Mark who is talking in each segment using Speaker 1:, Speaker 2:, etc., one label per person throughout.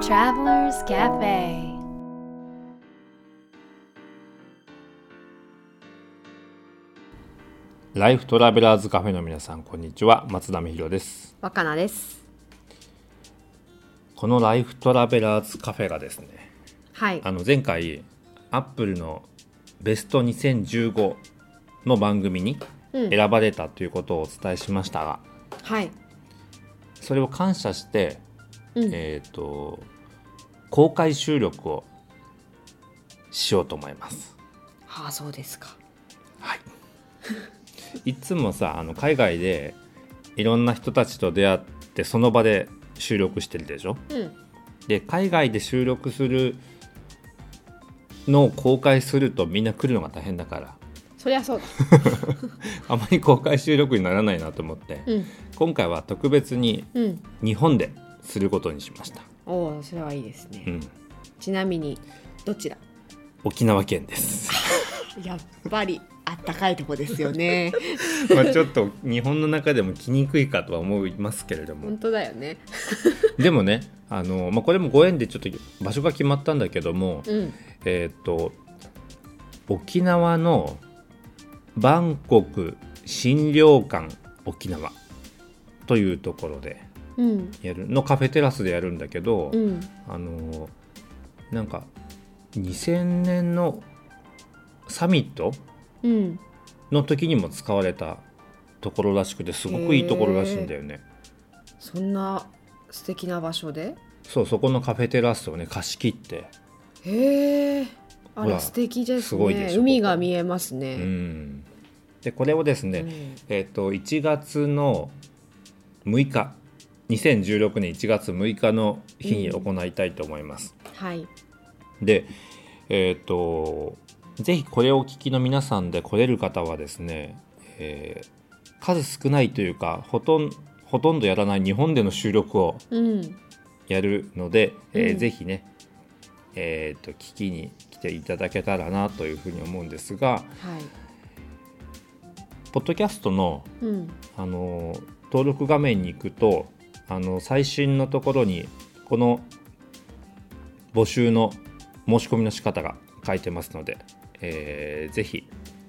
Speaker 1: Travelers Cafe
Speaker 2: ライフトラベラーズカフェの皆さんこんにちは松田美弘です
Speaker 1: 若菜です
Speaker 2: このライフトラベラーズカフェがですね
Speaker 1: はい
Speaker 2: あの前回アップルのベスト2015の番組に
Speaker 1: うん
Speaker 2: 選ばれたということをお伝えしましたが、
Speaker 1: はい
Speaker 2: それを感謝して、
Speaker 1: うん
Speaker 2: えっ、と公開収録をしようと思います
Speaker 1: はあそうですか
Speaker 2: はい、いつもさあの海外でいろんな人たちと出会ってその場で収録してるでしょ
Speaker 1: うん
Speaker 2: で海外で収録するのを公開するとみんな来るのが大変だから
Speaker 1: そりゃそうだ
Speaker 2: あまり公開収録にならないなと思って、
Speaker 1: うん
Speaker 2: 今回は特別に
Speaker 1: うん
Speaker 2: 日本ですることにしました、
Speaker 1: おおそれはいいですね、
Speaker 2: うん、
Speaker 1: ちなみにどちら
Speaker 2: 沖縄県です
Speaker 1: やっぱりあったかいとこですよ ね
Speaker 2: まあちょっと日本の中でも来にくいかとは思いますけれども
Speaker 1: 本当だよね
Speaker 2: でもねあの、まあ、これもご縁でちょっと場所が決まったんだけども、
Speaker 1: うん
Speaker 2: えーっと沖縄のバンコク診療館沖縄というところで
Speaker 1: うん
Speaker 2: やるのカフェテラスでやるんだけど、
Speaker 1: うん
Speaker 2: あのなんか2000年のサミット
Speaker 1: うん
Speaker 2: の時にも使われたところらしくてすごくいいところらしいんだよね。
Speaker 1: そんな素敵な場所で
Speaker 2: そうそこのカフェテラスをね貸し切って、
Speaker 1: へえあ
Speaker 2: ほ
Speaker 1: ら
Speaker 2: ら
Speaker 1: 素敵ですね
Speaker 2: すごいでしょ
Speaker 1: 海
Speaker 2: こ
Speaker 1: が
Speaker 2: こ
Speaker 1: 見えますね、
Speaker 2: うん、でこれをですね、
Speaker 1: うん
Speaker 2: えっと1月の6日2016年1月6日の日に行いたいと思います。
Speaker 1: はい
Speaker 2: でえっ、とぜひこれをお聞きの皆さんで来れる方はですね、えー数少ないというかほとんほとんどやらない日本での収録を
Speaker 1: うん
Speaker 2: やるので、えー
Speaker 1: うん
Speaker 2: ぜひねえっ、と聞きに来ていただけたらなというふうに思うんですが
Speaker 1: はい
Speaker 2: ポッドキャストの
Speaker 1: うん
Speaker 2: あの登録画面に行くとあの最新のところにこの募集の申し込みの仕方が書いてますので、えーぜひ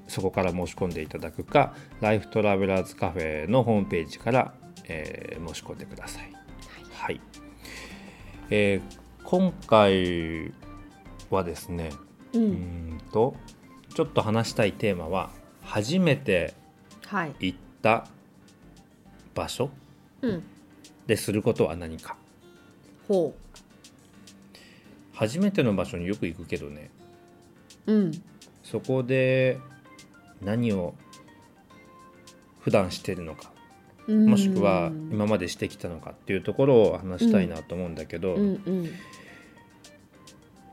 Speaker 2: そこから申し込んでいただくかライフトラベラーズカフェのホームページから、えー申し込んでください。はいえー今回はですね
Speaker 1: う
Speaker 2: うんんとちょっと話したいテーマは初めて
Speaker 1: はい
Speaker 2: 行った場所
Speaker 1: うん
Speaker 2: ですることは何か
Speaker 1: ほ
Speaker 2: 初めての場所によく行くけどね
Speaker 1: ううん
Speaker 2: そこで何を普段してるのかもしくは今までしてきたのかっていうところを話したいなと思うんだけど、
Speaker 1: うんうん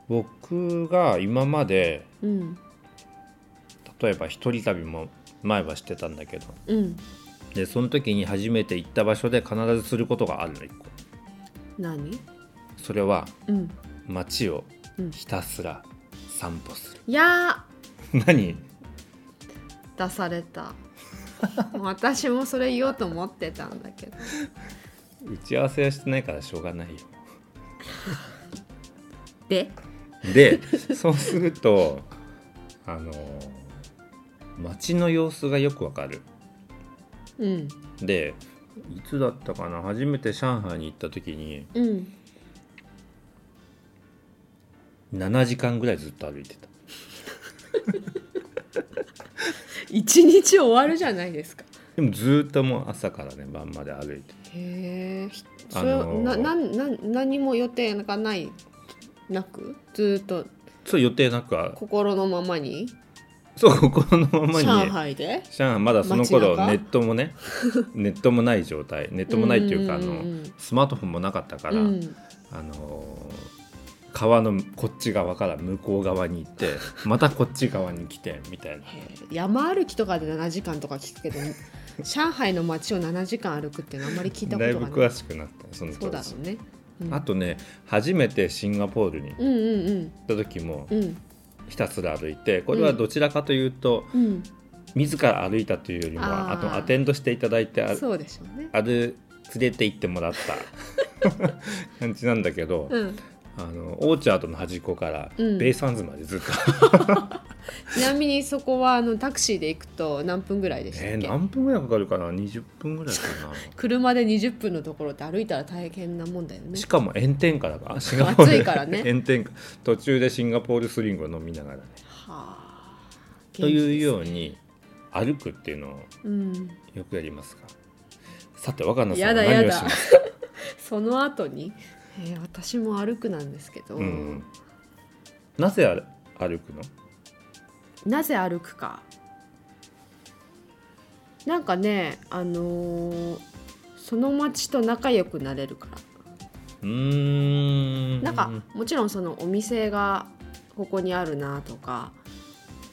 Speaker 2: 僕が今まで
Speaker 1: うん
Speaker 2: 例えば一人旅も前はしてたんだけど
Speaker 1: うん
Speaker 2: でその時に初めて行った場所で必ずすることがあるの一個
Speaker 1: 何
Speaker 2: それは
Speaker 1: うん
Speaker 2: 街を
Speaker 1: うん
Speaker 2: ひたすら散歩する、
Speaker 1: いや
Speaker 2: 何
Speaker 1: ー出され た私もそれ言おうと思ってたんだけど
Speaker 2: 打ち合わせはしてないからしょうがないよ
Speaker 1: で
Speaker 2: でそうするとあの街の様子がよくわかる
Speaker 1: うん
Speaker 2: でいつだったかな初めて上海に行った時に
Speaker 1: うん
Speaker 2: 7時間ぐらいずっと歩いてた
Speaker 1: 一日終わるじゃないですか
Speaker 2: でもずっともう朝からね晩まで歩いて
Speaker 1: へえそ
Speaker 2: あ
Speaker 1: れ、
Speaker 2: のー
Speaker 1: ななんなん何も予定がないなくずーっと
Speaker 2: そう予定なくは
Speaker 1: 心のままに
Speaker 2: そう心のままに
Speaker 1: 上海で
Speaker 2: 上海まだその
Speaker 1: 街
Speaker 2: 頃
Speaker 1: 中
Speaker 2: ネットも ねネットもない状態ネットもないっていうかあ
Speaker 1: うんうんう
Speaker 2: の
Speaker 1: んうん
Speaker 2: スマートフォンもなかったから、
Speaker 1: うん
Speaker 2: あのー川のこっち側から向こう側に 行ってまたこっち側に来てみたいな
Speaker 1: 山歩きとかで7時間とか聞くけど上海の街を7時間歩くっていうのあんまり聞いたこ
Speaker 2: だい
Speaker 1: と
Speaker 2: ぶ
Speaker 1: がない
Speaker 2: 詳しくなったよその
Speaker 1: そう
Speaker 2: 当
Speaker 1: だろ
Speaker 2: 時
Speaker 1: うね、うん、
Speaker 2: あとね初めてシンガポールに行っ
Speaker 1: うんうんうん
Speaker 2: た時も
Speaker 1: うん
Speaker 2: ひたすら歩いてこれはどちらかというと
Speaker 1: うん
Speaker 2: 自ら歩いたというよりも
Speaker 1: あー
Speaker 2: あとアテンドしていただいてあ
Speaker 1: そうでしょうね
Speaker 2: 歩連れて行ってもらった 感じなんだけど、
Speaker 1: うん、
Speaker 2: あのオーチャードの端っこから、
Speaker 1: うん
Speaker 2: ベイサンズまでずっと
Speaker 1: ちなみにそこはあのタクシーで行くと何分ぐらいでしたっけ、
Speaker 2: えー何分ぐらいかかるかな20分ぐらいか
Speaker 1: 車で20分のところって歩いたら大変なもんだよ
Speaker 2: な
Speaker 1: ね
Speaker 2: しかも炎天下だからシンガ
Speaker 1: 暑いからね
Speaker 2: 炎天下途中でシンガポールスリングを飲みながらね
Speaker 1: はあ
Speaker 2: という
Speaker 1: う、
Speaker 2: ように歩くっていうのを
Speaker 1: うん、
Speaker 2: よくやりますがさて若菜さ
Speaker 1: や
Speaker 2: んは
Speaker 1: だや
Speaker 2: 何を
Speaker 1: だ
Speaker 2: しますか
Speaker 1: その後に、えー私も歩くなんですけど、
Speaker 2: うん、なぜ歩歩くの
Speaker 1: なぜ歩くかなんかねあのーその町と仲良くなれるから
Speaker 2: うーん
Speaker 1: なんかもちろんそのお店がここにあるなとか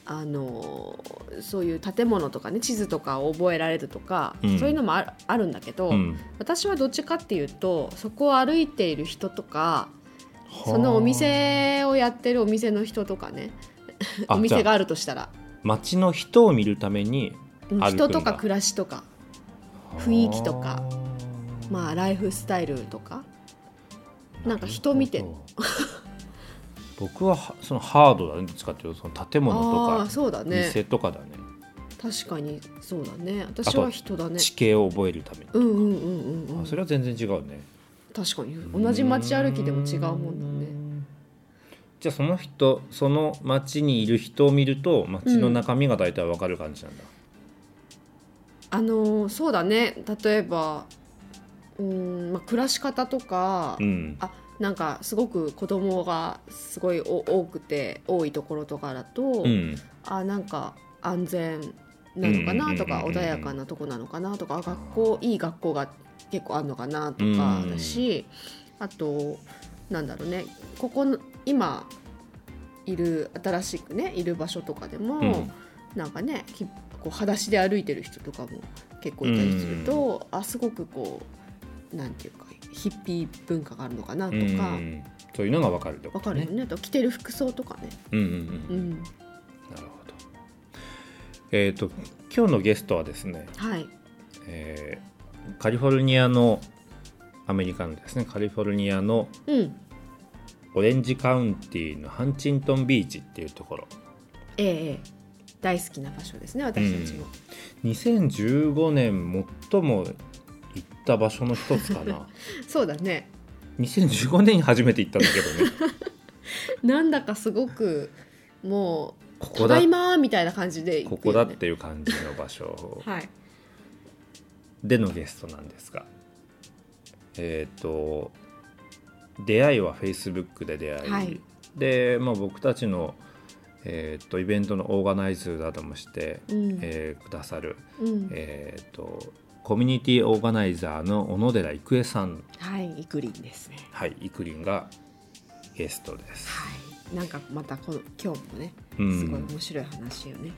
Speaker 1: あのーそういう建物とかね地図とかを覚えられるとか、
Speaker 2: うん
Speaker 1: そういうのもあるあるんだけど、
Speaker 2: うん
Speaker 1: 私はどっちかっていうとそこを歩いている人とかそのお店をやってるお店の人とかね
Speaker 2: あ
Speaker 1: お店
Speaker 2: じゃ
Speaker 1: が
Speaker 2: あ
Speaker 1: あるとしたら
Speaker 2: 街の人を見るために
Speaker 1: うん
Speaker 2: 歩くんだ
Speaker 1: 人とか暮らしとか雰囲気とかまあライフスタイルとかなんか人見て
Speaker 2: なるほど僕ははそのハードだねどっちかっていうとその建物
Speaker 1: ああー
Speaker 2: とか
Speaker 1: そうだね
Speaker 2: 店とかだね
Speaker 1: 確かにそうだね私は人だね
Speaker 2: 地形を覚えるために、
Speaker 1: うんうんうんうんうん
Speaker 2: あそれは全然違うね
Speaker 1: 確かに同じ街歩きでも違うもんだね
Speaker 2: ねじゃあその人その街にいる人を見ると街の中身が大体わかる感じなんだ、
Speaker 1: あのーそうだね例えばうーん、まあ、暮らし方とか、
Speaker 2: うん
Speaker 1: あなんかすごく子供がすごいお多くて多いところとかだと、
Speaker 2: うん
Speaker 1: あなんか安全なのかなとか
Speaker 2: うんうんうんうんうん
Speaker 1: 穏やかなとこなのかなとかあ学校いい学校が結構あるのかなとか
Speaker 2: うん
Speaker 1: だしあとなんだろうねここの今いる新しくねいる場所とかでも、
Speaker 2: うん
Speaker 1: なんかねきこう裸足で歩いてる人とかも結構いたりすると、あすごくこうなんていうかヒッピー文化があるのかなと
Speaker 2: う
Speaker 1: か。
Speaker 2: ん、そういうのがわかるってこ
Speaker 1: わ
Speaker 2: と
Speaker 1: か
Speaker 2: ね
Speaker 1: るよねあと着てる服装とかね、
Speaker 2: うんうんう、
Speaker 1: うんん、
Speaker 2: なるほど。えっ、と今日のゲストはですね、
Speaker 1: はい、
Speaker 2: えーカリフォルニアのアメリカのですねカリフォルニアの
Speaker 1: うん、
Speaker 2: オレンジカウンティのハンチントンビーチっていうところ
Speaker 1: ええええ大好きな場所ですね私たちも、
Speaker 2: 2015年最も行った場所の一つか な
Speaker 1: そうだね
Speaker 2: 2015年に初めて行ったんだけ どね
Speaker 1: なんだかすごくもう「
Speaker 2: ここ
Speaker 1: た
Speaker 2: だ
Speaker 1: だいま」みたいな感じで行
Speaker 2: こ
Speaker 1: く
Speaker 2: こだ
Speaker 1: よ
Speaker 2: っ
Speaker 1: ね、
Speaker 2: ていう感じの場所
Speaker 1: はい
Speaker 2: でのゲストなんですがえっ、と出会いは Facebook で出会い、
Speaker 1: はい
Speaker 2: で、まあ、僕たちの、えー、とイベントのオーガナイズなどもして、
Speaker 1: うん、
Speaker 2: えーくださる、
Speaker 1: うん、
Speaker 2: えー、とコミュニティオーガナイザーの小野寺郁恵さん
Speaker 1: はいイクリンですね
Speaker 2: はいいくりんがゲストです。
Speaker 1: はいなんかまたこの今日もね
Speaker 2: う
Speaker 1: すごい
Speaker 2: ん、
Speaker 1: 面白い話よね、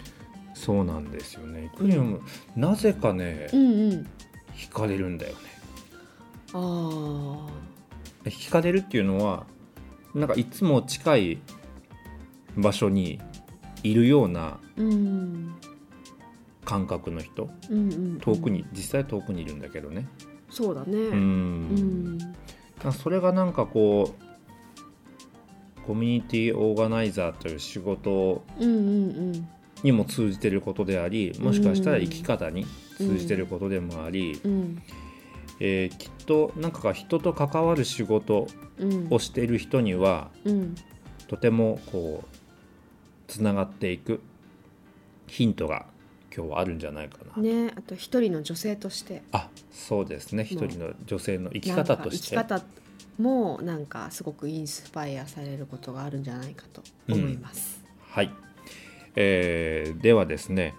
Speaker 2: そうなんですよね。いくりんもなぜかね、
Speaker 1: うん、うん
Speaker 2: 惹かれるんだよね。
Speaker 1: あ
Speaker 2: 惹かれるっていうのはなんかいつも近い場所にいるような
Speaker 1: ーうん
Speaker 2: 感覚の人
Speaker 1: うんうん
Speaker 2: 遠くに、実際遠くにいるんだけどね
Speaker 1: そうだね
Speaker 2: う
Speaker 1: うん、
Speaker 2: ん、だそれがなんかこうコミュニティオーガナイザーという仕事
Speaker 1: うんうんうん
Speaker 2: にも通じてることでありもしかしたら生き方に通じてることでもあり、
Speaker 1: うん
Speaker 2: えーきっとなんか人と関わる仕事
Speaker 1: うん
Speaker 2: をしている人には
Speaker 1: うん
Speaker 2: とてもこうつながっていくヒントが今日はあるんじゃないかな、
Speaker 1: ねあと一人の女性として
Speaker 2: あそうですね一人の女性の生き方として
Speaker 1: なんか生き方もなんかすごくインスパイアされることがあるんじゃないかと思います、
Speaker 2: はい、えーではですね、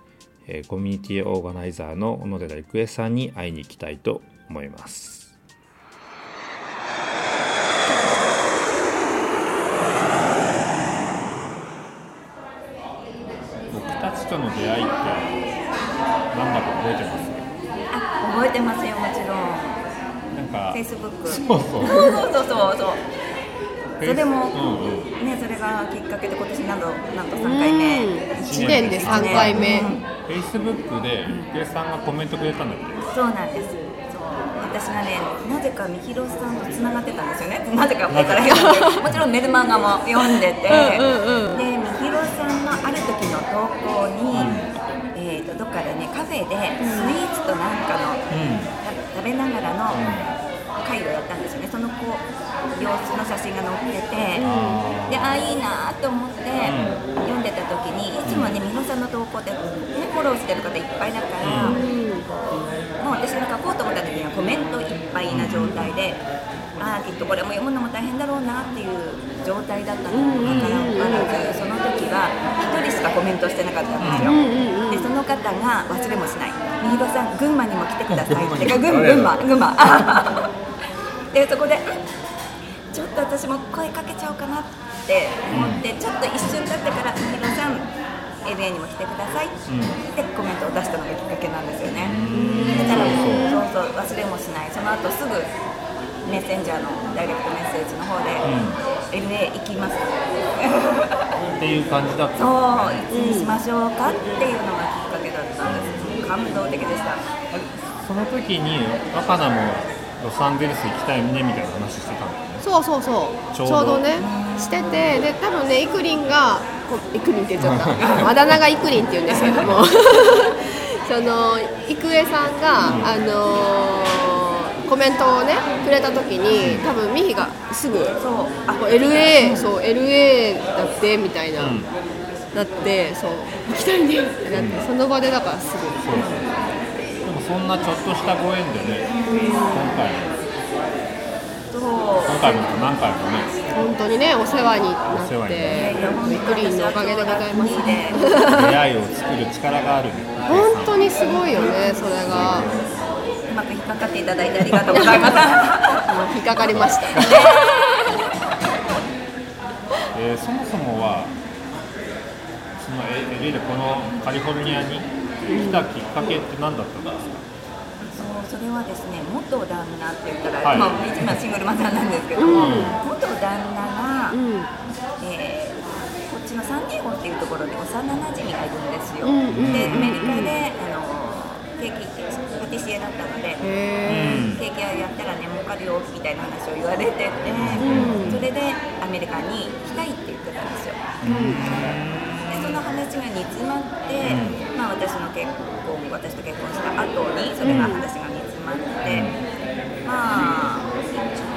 Speaker 2: えーコミュニティオーガナイザーの小野寺郁恵さんに会いに行きたいと思います僕たちとの出会いってなんだか覚えてます
Speaker 3: あ覚えてますよもちろん
Speaker 2: なんか
Speaker 3: Facebook
Speaker 2: そうそう
Speaker 3: そうそうそうそうそれで
Speaker 2: う
Speaker 3: も
Speaker 2: んうん
Speaker 3: ねそれがきっかけで今年なんとなんと3回目
Speaker 1: 1年で3回目
Speaker 3: うん
Speaker 2: Facebook で郁恵さんがコメントくれたんだっけ
Speaker 3: そうなんですそうあ私がねなぜかみひろさんとつながってたんですよ ねなぜか分からへんけどもちろんメルマガも読んでて
Speaker 1: うんうんうん
Speaker 3: でみひろさんのある時の投稿に、えー、とどっかでねカフェでスイーツとなんかの、食べながらの会をやったんですよねその子様子の写真が載ってて、でああいいなと思って、
Speaker 2: う
Speaker 3: 読んでた時にいつもねみひろさんの投稿で、ね、フォローしてる方いっぱいだから。
Speaker 2: うん
Speaker 3: もう私が書こうと思った時にはコメントいっぱいな状態で、ああきっとこれも読むのも大変だろうなっていう状態だったのにもかかわらずその時は1人しかコメントしてなかったんですよ、
Speaker 2: うん
Speaker 1: うんうん
Speaker 3: でその方が忘れもしない「みひろさん群馬にも来てください」ってか群
Speaker 2: 群馬に
Speaker 3: 群馬群馬 でそこで「ちょっと私も声かけちゃおうかな」って思って、ちょっと一瞬だったから「みひろさん LA にも来てください」ってコメントを出したのがきっかけなんですよね、だからそうそう忘れもしないその後すぐメッセンジャーのダイレクトメッセージの方で「LA 行きます」
Speaker 2: っていう感じだった
Speaker 3: そういつにしましょうかっていうのがきっかけだったんです感動的でした
Speaker 2: その時に若菜もロサンゼルス行きたいねみたいな話してたんだよね
Speaker 1: そうそうそうち
Speaker 2: ち
Speaker 1: ょ
Speaker 2: ょ
Speaker 1: う
Speaker 2: うど
Speaker 1: どねしててで多分ねイクリンがこイクリンって言っちゃったあだ名がイクリンって言うんですけど もその郁恵さんが、
Speaker 2: うん
Speaker 1: あのーコメントをねくれた時に多分ミヒがすぐ
Speaker 3: そうあ
Speaker 1: こう LA そう LA だってみたいな、なってそう行きたいねってなって、
Speaker 2: うん
Speaker 1: その場でだからす
Speaker 2: そうそうでもそんなちょっとしたご縁でね今回
Speaker 3: そう
Speaker 2: 今回も何回もね
Speaker 1: ぐ本当にねお世話にな
Speaker 2: お世
Speaker 1: っ
Speaker 2: 話に
Speaker 1: て
Speaker 3: 本当
Speaker 1: びっくりのおかげでございます
Speaker 3: 私は今日が
Speaker 2: 出会いを作る力があるね
Speaker 1: 本当にすごいよねそれが
Speaker 3: うまく引っかかっていただいてありがとうございます
Speaker 1: もう引っかかりま した
Speaker 2: えーそもそもはそのえ LA でこのカリフォルニアに来たきっかけって何だったんですか、
Speaker 3: そうそれはですね元旦那って言ったら、
Speaker 2: はい
Speaker 3: まあ、今シングルマザーなんですけど
Speaker 1: う
Speaker 3: も、
Speaker 1: ん
Speaker 3: 元旦那が、
Speaker 1: うん
Speaker 3: えーこっちのサンディエゴっていうところに幼なじみがいるんですよ、
Speaker 1: うんうん
Speaker 3: でアメリカであのケーキパティシエだったので、
Speaker 1: へ
Speaker 2: うん
Speaker 3: ケーキ屋やったらね儲かるよみたいな話を言われてて、
Speaker 1: ん
Speaker 3: それでアメリカに行きたいって言ってたんですよでその話が煮詰まって、まあ、私の結婚私と結婚した後にそれが話が煮詰まって、まあ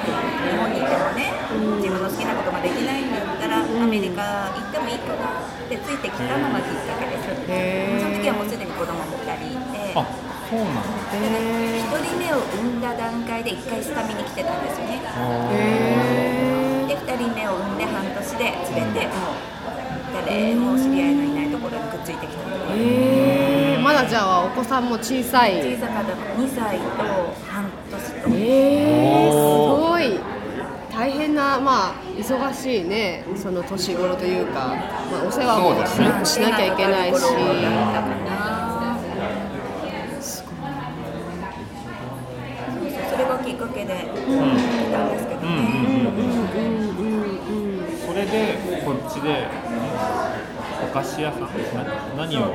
Speaker 3: 日本にいてもね、
Speaker 1: うん
Speaker 3: 自分の好きなことができないんだったら、
Speaker 1: ん
Speaker 3: アメリカ行ってもいいかなってついてきたのがきっかけです、
Speaker 1: へー
Speaker 3: その時はもうすでに子供も2人いて
Speaker 2: あそうなんだ
Speaker 1: え
Speaker 3: 1人目を産んだ段階で1回下見に来てたんですよね
Speaker 1: へ
Speaker 3: で2人目を産んで半年で連れてもう誰も知り合いのいないところにくっついてきたの
Speaker 1: え
Speaker 3: で
Speaker 1: まだじゃあお子さんも小さ
Speaker 3: 小
Speaker 1: い
Speaker 3: さかった2歳と半年と、
Speaker 1: えす
Speaker 2: おー
Speaker 1: ごい大変なまあ忙しいねその年頃というか、まあ、お世話もし,、
Speaker 2: そうだ
Speaker 3: まあ
Speaker 1: なきゃいけないし
Speaker 3: 手がかかる頃だったかなそうそうそれがきっかけで来たんですけど
Speaker 2: うん
Speaker 3: ね、
Speaker 2: うんう
Speaker 1: うんう
Speaker 2: んうん
Speaker 1: んうん
Speaker 2: それでこっちでお菓子屋さんな何を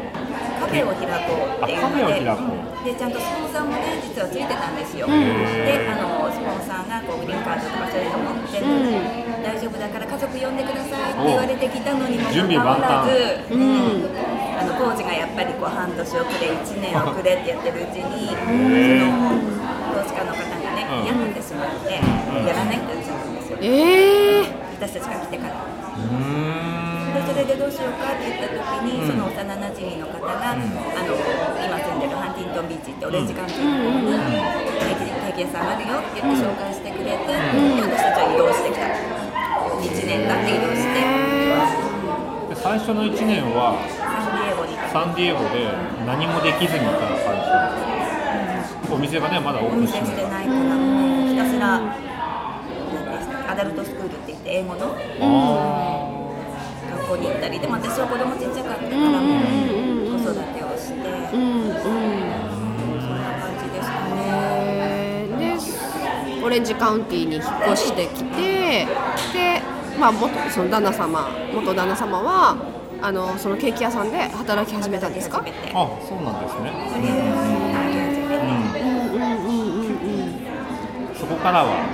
Speaker 3: カフェを開こうっていうの
Speaker 2: あカフェを開こ
Speaker 3: ででちゃんとスポンサーもね実はついてたんですよ、
Speaker 2: へー
Speaker 3: であのスポンサーがこうグリーンカードとかそういうの持ってて、
Speaker 1: う
Speaker 3: 大丈夫だから家族呼んでくださいって言われてきたのにもか
Speaker 2: 準備
Speaker 3: か
Speaker 2: 万
Speaker 3: わら
Speaker 2: 端
Speaker 3: ず、
Speaker 1: うん
Speaker 3: あの工事がやっぱりこう半年遅れ1年遅れってやってるうちに
Speaker 2: へー
Speaker 3: その投資家の方がね
Speaker 2: うん
Speaker 3: 嫌になってしまって、
Speaker 2: ん
Speaker 3: やらないって言っちゃったんですよ
Speaker 1: えー、
Speaker 3: 私たちが来てから。
Speaker 2: うーん
Speaker 3: でそれでどうしようかって言った時に、
Speaker 2: うん
Speaker 3: その幼なじみの方が、
Speaker 2: うん
Speaker 3: あの今住んでるハンティントンビーチってオレンジカントリーの方に定期屋さんあるよって言って紹介してくれて、で私たちは移動してきた1年だって移動して
Speaker 2: で最初の1年は
Speaker 3: サンディエゴに行っ
Speaker 2: サンディエゴで何もできずにいた感じお店がねまだオ
Speaker 3: た
Speaker 2: ー
Speaker 3: お
Speaker 2: プンし
Speaker 3: 店
Speaker 2: て
Speaker 3: し
Speaker 2: ない
Speaker 3: てないからひたすらなんでしたっけアダルトスクールって言って英語の
Speaker 2: あ
Speaker 3: 学校に行ったりでも私は子供ちっちゃかったから
Speaker 1: うんうんう
Speaker 3: もう
Speaker 1: んうん
Speaker 3: 子育てをして、
Speaker 1: うん
Speaker 3: そんな感じでしたね。
Speaker 1: うんでオレンジカウンティーに引っ越してきてで、まあ、元その旦那様元旦那様はあのそのケーキ屋さんで働き始めたんですか
Speaker 3: 初めて
Speaker 2: ーあそうなんですね
Speaker 3: うん
Speaker 2: うん
Speaker 1: うんうんうんうんうん
Speaker 2: からは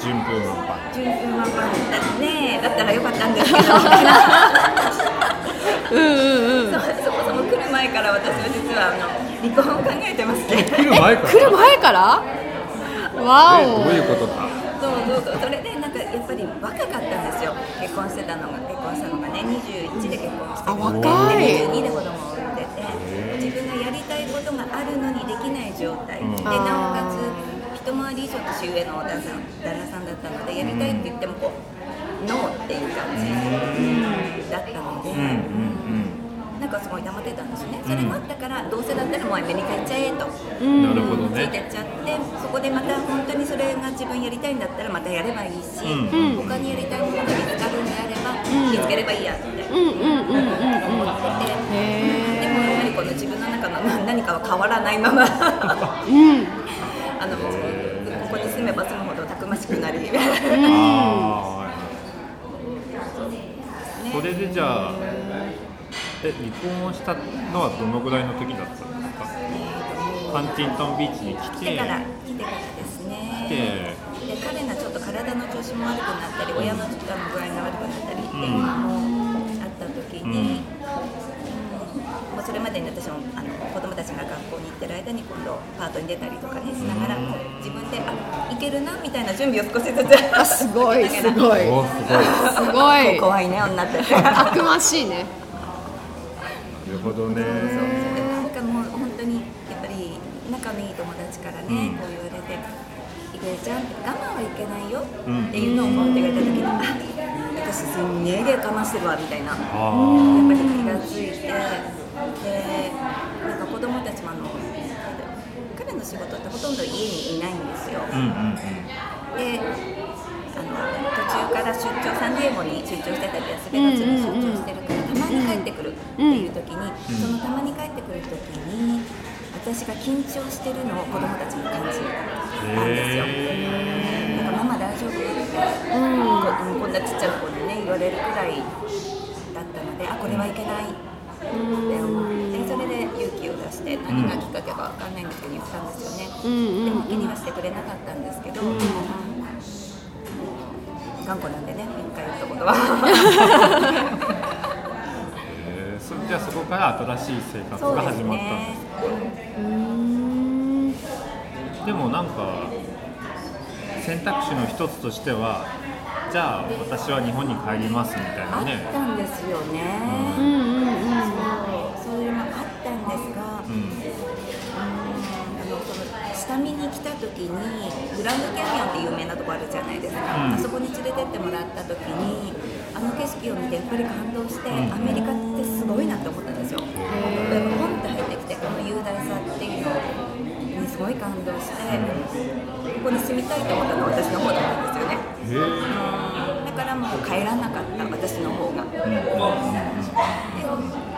Speaker 2: 順風満帆
Speaker 3: 順風満帆だったねだったらよかったんですけど
Speaker 1: うんうんうん
Speaker 3: そもそも来る前から私は実はあの離婚を考えてまして
Speaker 2: 来る前から
Speaker 1: 来る前からわ
Speaker 2: えどう
Speaker 1: お
Speaker 2: いうことだ
Speaker 3: そうそうそうそれでなんかやっぱり若かったんですよ結婚してたのが結婚したのがね21で結婚して
Speaker 1: あ若い
Speaker 3: 22で子供を産んでて自分がやりたいことがあるのにできない状態、
Speaker 2: うん
Speaker 3: で
Speaker 1: あー
Speaker 3: なおかつ一回り以上年上の旦那さん旦那さんだったのでやりたいって言ってもこう、ノーっていう感じだったので、
Speaker 2: うん
Speaker 3: なんかすごい黙ってたんですねそれもあったからどうせだったらもうアメリカ行っちゃえと。
Speaker 1: う
Speaker 2: うんうん
Speaker 1: ん
Speaker 2: なるほど
Speaker 3: ついて
Speaker 2: ね
Speaker 3: っちゃってそこでまた本当にそれが自分やりたいんだったらまたやればいいし、
Speaker 2: うん
Speaker 3: 他にやりたいものが見つかるんであれば、
Speaker 1: ん
Speaker 3: 見つければいいやって思ってて、
Speaker 1: うんうんうんうんうん
Speaker 3: で
Speaker 1: へ
Speaker 3: もやっぱりこの自分の中の何何かは変わらないまま あ
Speaker 1: えうん
Speaker 3: のここに住めば住むほどたくましくなり
Speaker 2: ああそれでじゃあえ離婚をしたのはどのぐらいの時だったんですかハンティントンビーチに来
Speaker 3: 来
Speaker 2: て
Speaker 3: てから来てからですね
Speaker 2: で
Speaker 3: で彼がちょっと体の調子も悪くなったり親のあの具合が悪くなったりっていうのもあった時に、もうそれまでに私もあの子供たちが学校に行ってる間に今度パートに出たりとかねしながら、こう自分であいけるなみたいな準備を少しず
Speaker 1: あ
Speaker 3: つ
Speaker 1: すごいす ごい
Speaker 2: おおすごいな
Speaker 1: すごい
Speaker 3: 怖いね女 って。
Speaker 1: たくましいね
Speaker 2: るほどね
Speaker 3: なんかもう本当にやっぱり仲のいい友達からね、
Speaker 2: うん
Speaker 3: こう言われて「いくえちゃん我慢はいけないよ」
Speaker 2: うん
Speaker 3: っていうのをこうって言われた時に「あ私すんげえ我慢してるわ」みたいなやっぱ
Speaker 2: あ
Speaker 3: り気がついてでなんか子供たちもあの彼の仕事ってほとんど家にいないんですよ。
Speaker 2: あうんうんうん
Speaker 3: であの途中から出張サンディエゴに出張してたりラスベガスに出張してるから、たまに帰ってくるっていう時に、
Speaker 2: ん
Speaker 3: そのたまに帰ってくる時に私が緊張してるのを子供たちに感じたんですよ。
Speaker 2: へ
Speaker 3: なんかママ大丈夫って、ここんなちっちゃい子にね言われるくらいだったのであこれはいけないって思ってそれで勇気を出して何がきっかけかわかんないんですけど言ったんですよね。
Speaker 1: うんう
Speaker 3: で
Speaker 1: ん
Speaker 3: も気にはしてくれなかったんですけど、頑固なんでね、一回言ったことは。
Speaker 2: えそじゃあそこから新しい生活が始まったんです
Speaker 1: うん
Speaker 2: でもなんか選択肢の一つとしてはじゃあ私は日本に帰りますみたい
Speaker 3: あ
Speaker 2: な
Speaker 3: っ
Speaker 2: ね
Speaker 3: たんですよね。
Speaker 1: うんうんうん
Speaker 3: そういうのあったんですが、
Speaker 2: う
Speaker 3: うん
Speaker 2: ん
Speaker 3: あのその下見に来た時にグランドキャニオンって有名なとこあるじゃないですか、
Speaker 2: うん
Speaker 3: あそこに連れてってもらった時にあの景色を見てやっぱり感動して、
Speaker 2: ん
Speaker 3: アメリカってすごいなって思ったんですよ。やっぱポンと入ってきてこの雄大さっていうのにすごい感動して、ここに住みたいと思ったのは私の方だったんですよね。
Speaker 2: へえ
Speaker 3: だからもう帰らなかった私の方が。で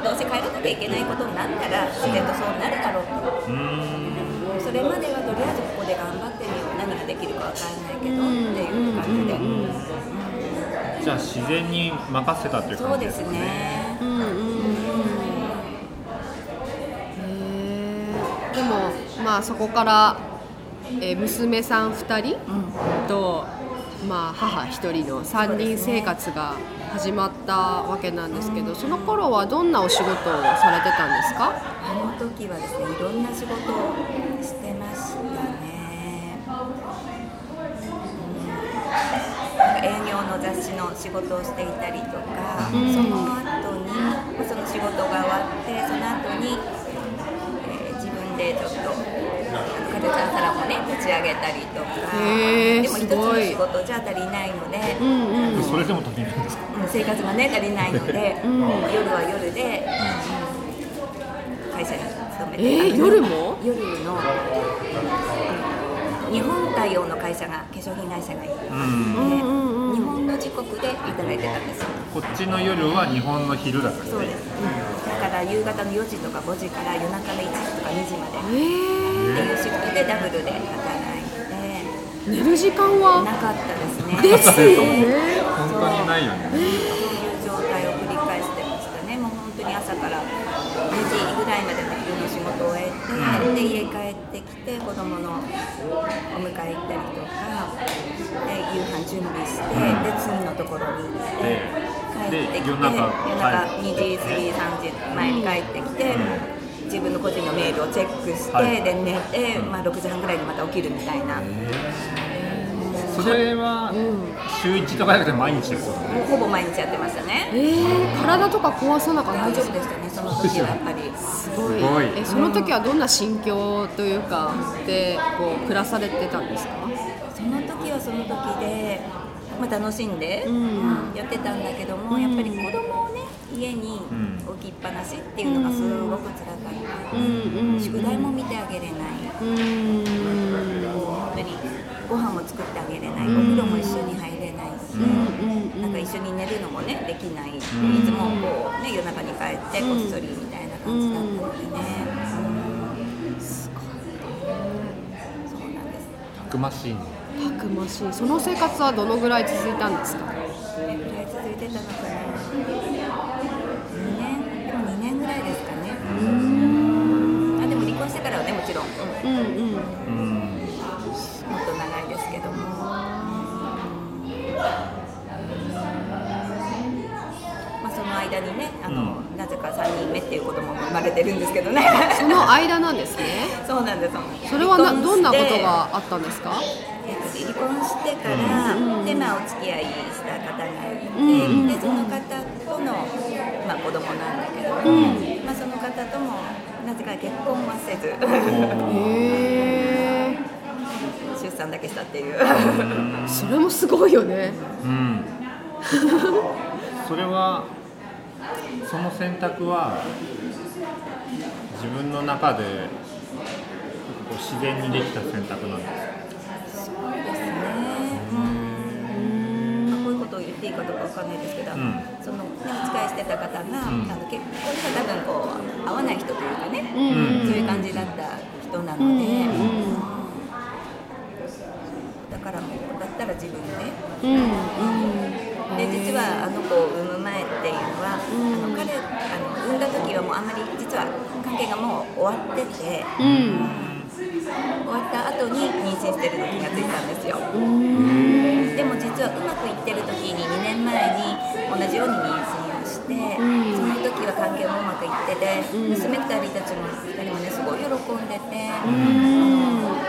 Speaker 3: どうせ帰らなきゃいけないことになったら自然とそうなるだろうと
Speaker 2: うん
Speaker 3: それまではとりあえずここで頑張ってみよう何ができるかわからないけどっていう感じで、
Speaker 2: じゃあ自然に任せたという
Speaker 3: そう
Speaker 2: 感じ
Speaker 3: で
Speaker 2: です
Speaker 3: す
Speaker 2: かね
Speaker 3: ね
Speaker 1: うんうんうんへーでもまあそこから、えー娘さん2人と、まあ、母1人の3人生活が始まったわけなんですけどその頃はどんなお仕事をされてたんですか
Speaker 3: あの時はですねいろんな仕事をしてましたね、うん、なんか営業の雑誌の仕事をしていたりとか、
Speaker 1: ん
Speaker 3: その後にその仕事が終わってその後に、えー自分でちょっとカルチャーサロンをね立ち上げたりとか
Speaker 1: へー
Speaker 3: でも一つ
Speaker 1: すご
Speaker 3: の
Speaker 1: い
Speaker 3: 仕事じゃ足りないので、
Speaker 1: うんうん
Speaker 2: それでも足りないんですか
Speaker 3: うん生活がね足りないの
Speaker 1: ん
Speaker 3: で、夜は夜で、うん会社に勤めて
Speaker 1: えー
Speaker 3: あの
Speaker 1: 夜も
Speaker 3: 夜の日本対応の会社が化粧品会社がいて、
Speaker 2: うん
Speaker 1: んうんうん
Speaker 3: 日本の時刻で働いてたんですよ
Speaker 2: こっちの夜は日本の昼だか
Speaker 3: そう
Speaker 2: ら
Speaker 3: で
Speaker 2: ね
Speaker 3: す、だから夕方の4時とか5時から夜中の1時とか2時まで
Speaker 1: えー
Speaker 3: っていうシフトでダブルで働いて
Speaker 1: 寝る時間は
Speaker 3: なかったですね
Speaker 1: ですよね
Speaker 2: 本当にないよね
Speaker 3: そういう状態を繰り返してましたね、もう本当に朝から2時ぐらいまでの昼の仕事を終えて、で家帰ってききて子供のお迎え行ったりとかで夕飯準備して、
Speaker 2: うん
Speaker 3: で次のところに行っ
Speaker 2: で
Speaker 3: て帰ってき
Speaker 2: で
Speaker 3: て
Speaker 2: 夜
Speaker 3: 夜
Speaker 2: 中
Speaker 3: 中
Speaker 2: 帰
Speaker 3: 2時過ぎ3時前に帰ってきて、自分の個人のメールをチェックして、
Speaker 2: はい
Speaker 3: で寝て、
Speaker 2: うん
Speaker 3: まあ、6時半ぐらいにまた起きるみたいな、
Speaker 2: それは週1とかじゃなくて毎日ですよ
Speaker 3: もう
Speaker 2: ね
Speaker 3: ほぼ毎日やってましたね
Speaker 1: えー、体とか壊さなかった
Speaker 3: 大
Speaker 1: んで
Speaker 3: 丈夫
Speaker 1: す
Speaker 3: でしたねその時はやっぱり。
Speaker 1: すごい
Speaker 2: すごい
Speaker 1: えその時はどんな心境というかでこう暮らされてたんですか
Speaker 3: その時はその時で、まあ、楽しんで、
Speaker 1: うん
Speaker 3: やってたんだけども、
Speaker 1: うん
Speaker 3: やっぱり子供をね家に
Speaker 2: ん
Speaker 3: 置きっぱなしっていうのがすごく辛かった、
Speaker 1: んう
Speaker 3: 宿題も見てあげれない、
Speaker 1: うん
Speaker 3: こう本当にご飯も作ってあげれない、
Speaker 2: うん
Speaker 3: お風呂も一緒に入れないし、
Speaker 1: うん
Speaker 3: なんか一緒に寝るのもねできない、いつ
Speaker 2: ん
Speaker 3: もこう、ね、夜中に帰ってこっそりみたいな感じだったのでね、すごいそうなんです
Speaker 2: たくましいね
Speaker 1: たくましいその生活はどのぐらい続いたんですか
Speaker 3: どれぐらい続いてたのかな2年でも2年ぐらいですかねあでも離婚してからはねもちろん、うんもっ
Speaker 1: うんうん
Speaker 2: うん
Speaker 3: と長いですけどもまあその間にねあの、
Speaker 2: う
Speaker 3: なぜか3人目っていう子供も生まれてるんですけどね
Speaker 1: その間なんですね
Speaker 3: そうなんです
Speaker 1: それはな
Speaker 3: 離婚し
Speaker 1: どん
Speaker 3: て
Speaker 1: なことがあったんですか
Speaker 3: えっと離婚してから、
Speaker 1: うん
Speaker 3: でまあ、お付き合いした方がいて、
Speaker 1: うん
Speaker 3: でその方との、まあ、子供なんだけど、
Speaker 1: ん
Speaker 3: まあ、その方ともなぜか結婚はせず
Speaker 1: へえ
Speaker 3: 出産だけしたっていう
Speaker 1: それもすごいよね
Speaker 2: うん、それはその選択は自分の中でこう自然にできた選択なんです
Speaker 3: そうですね、うんまあ、こういうことを言っていいかどうかわかんないですけど、
Speaker 2: うん
Speaker 3: そのね、お付き合いしてた方が、
Speaker 2: ん
Speaker 3: あの結婚が多分こう合わない人というかね、
Speaker 1: うんうん
Speaker 3: そういう感じだった人なので。
Speaker 1: うんうん
Speaker 3: だからもうだったら自分で、
Speaker 1: うんうん
Speaker 3: で実はあの子を産む前っていうの
Speaker 1: う
Speaker 3: は、
Speaker 1: ん
Speaker 3: あの彼あの産んだ時はもうあんまり実は関係がもう終わって
Speaker 1: う
Speaker 3: て
Speaker 1: ん
Speaker 3: 終わった後に妊娠してるのに気がついたんですよでも実はうまくいってる時に2年前に同じように妊娠をして、
Speaker 1: ん
Speaker 3: その時は関係もうまくいってて、
Speaker 1: うん
Speaker 3: 娘2人たちも2人もねすごい喜んでて。
Speaker 1: うん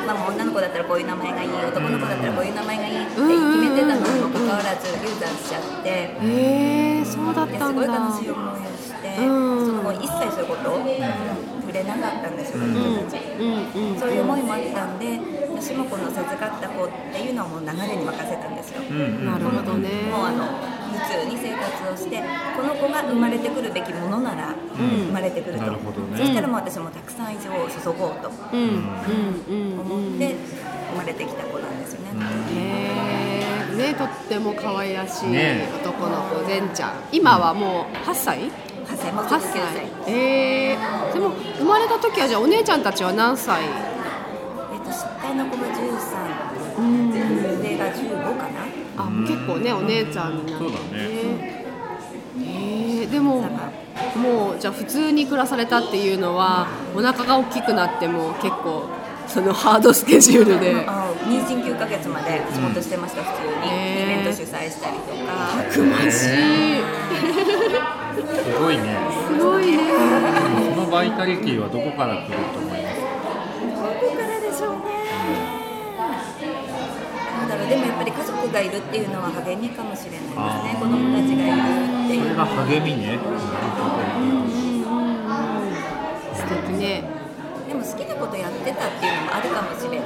Speaker 3: まあ、女の子だったらこういう名前がいい男の子だったらこういう名前がいいって決めてたのにもかかわらず流産しちゃって
Speaker 1: へえそうだっ
Speaker 3: で
Speaker 1: た
Speaker 3: す
Speaker 1: ん
Speaker 3: ごい
Speaker 1: だ
Speaker 3: 悲しい思いをしてそ
Speaker 1: うん
Speaker 3: の後一切そういうことを触れなかったんですよ私たち
Speaker 1: うんうん
Speaker 3: そういう思いもあったんで私もこの授かった子っていうのはもう流れに任せたんですよ
Speaker 2: うんうん
Speaker 1: なるほどね
Speaker 3: もうあの普通に生活をしてこの子が生まれてくるべきものなら
Speaker 2: ん
Speaker 3: 生まれてくると、
Speaker 2: なるほどね
Speaker 3: そしたらもう私もたくさん以上を注ごうと
Speaker 1: うんうんうん
Speaker 3: 思
Speaker 1: う
Speaker 3: っ
Speaker 1: ん
Speaker 3: て生まれてきた子なんですよね、
Speaker 1: へーねとっても可愛らしい
Speaker 2: ね
Speaker 1: 男の子善ちゃん今はもう8歳
Speaker 3: 8歳もうすぐ
Speaker 1: 8
Speaker 3: 9
Speaker 1: 歳
Speaker 3: 歳
Speaker 1: えー、でも生まれた時はじゃあお姉ちゃんたちは何歳
Speaker 3: えっと下の子が13
Speaker 1: うん
Speaker 3: 上が15かな
Speaker 1: あ結構ねお姉ちゃんになって
Speaker 2: そうだね
Speaker 1: えーでも
Speaker 3: なんか
Speaker 1: もうじゃあ普通に暮らされたっていうのはお腹が大きくなっても結構そのハードスケジュールで
Speaker 3: あ妊娠9ヶ月まで仕事してました普通に、
Speaker 1: へー
Speaker 3: イベント主催したりとか
Speaker 1: くましい
Speaker 2: すごいね
Speaker 1: すごいね
Speaker 2: でもそのバイタリティはどこから来ると思います
Speaker 3: どこからでしょうねなんだろうでもやっぱり家族がいるっていうのは励みかもしれないです
Speaker 2: あ
Speaker 3: ね
Speaker 2: ー
Speaker 3: 子供たちがいるって
Speaker 2: そ
Speaker 3: い
Speaker 2: れ
Speaker 3: う
Speaker 2: が励みね
Speaker 1: 素敵ね
Speaker 3: でも好きなことやってたっていうのもあるかもしれない